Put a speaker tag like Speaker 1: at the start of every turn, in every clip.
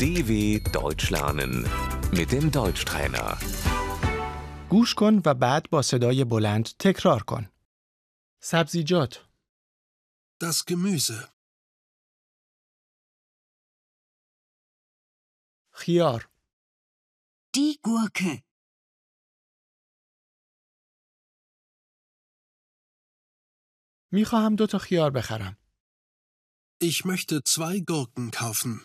Speaker 1: DW Deutsch lernen mit dem Deutschtrainer.
Speaker 2: گوش کن و بعد با صدای بلند تکرار کن. سبزیجات،
Speaker 3: Das Gemüse,
Speaker 2: خیار،
Speaker 4: Die Gurke.
Speaker 2: میخواهم دو تا خیار بخرم.
Speaker 3: ich möchte zwei Gurken kaufen.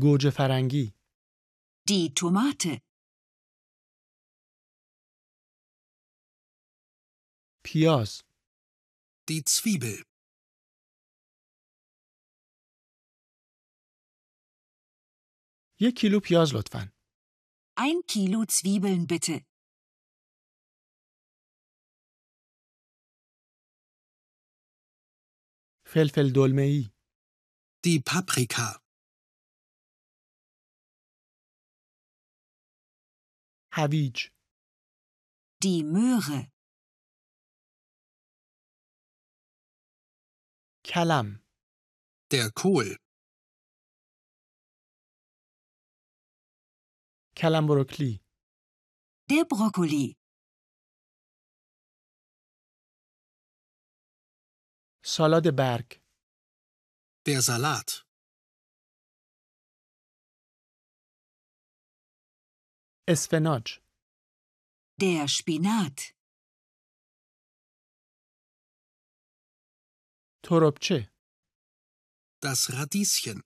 Speaker 2: گوجه فرنگی،
Speaker 4: Die Tomate.
Speaker 2: پیاز،
Speaker 3: Die Zwiebel,
Speaker 2: یک کیلو پیاز لطفاً.
Speaker 4: Ein Kilo Zwiebeln bitte.
Speaker 2: فلفل دلمه
Speaker 3: die Paprika,
Speaker 2: هویج،
Speaker 4: Die Möhre.
Speaker 2: کلم،
Speaker 3: der Kohl,
Speaker 2: کلم بروکلی،
Speaker 4: Der Brokkoli.
Speaker 2: سالاد برگ،
Speaker 3: der Salat,
Speaker 2: اسفناج،
Speaker 4: Der Spinat.
Speaker 2: تربچه،
Speaker 3: das Radieschen,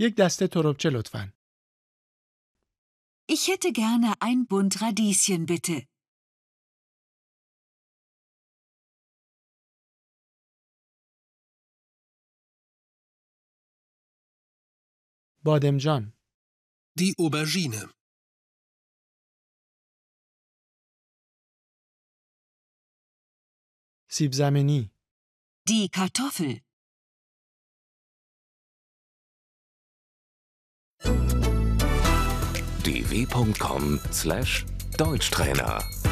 Speaker 2: یک دسته تربچه لطفاً.
Speaker 4: Ich hätte gerne ein Bund Radieschen bitte.
Speaker 2: بادمجان،
Speaker 3: die Aubergine,
Speaker 2: سیب زمینی،
Speaker 4: Die Kartoffel.
Speaker 1: dw.com/deutschtrainer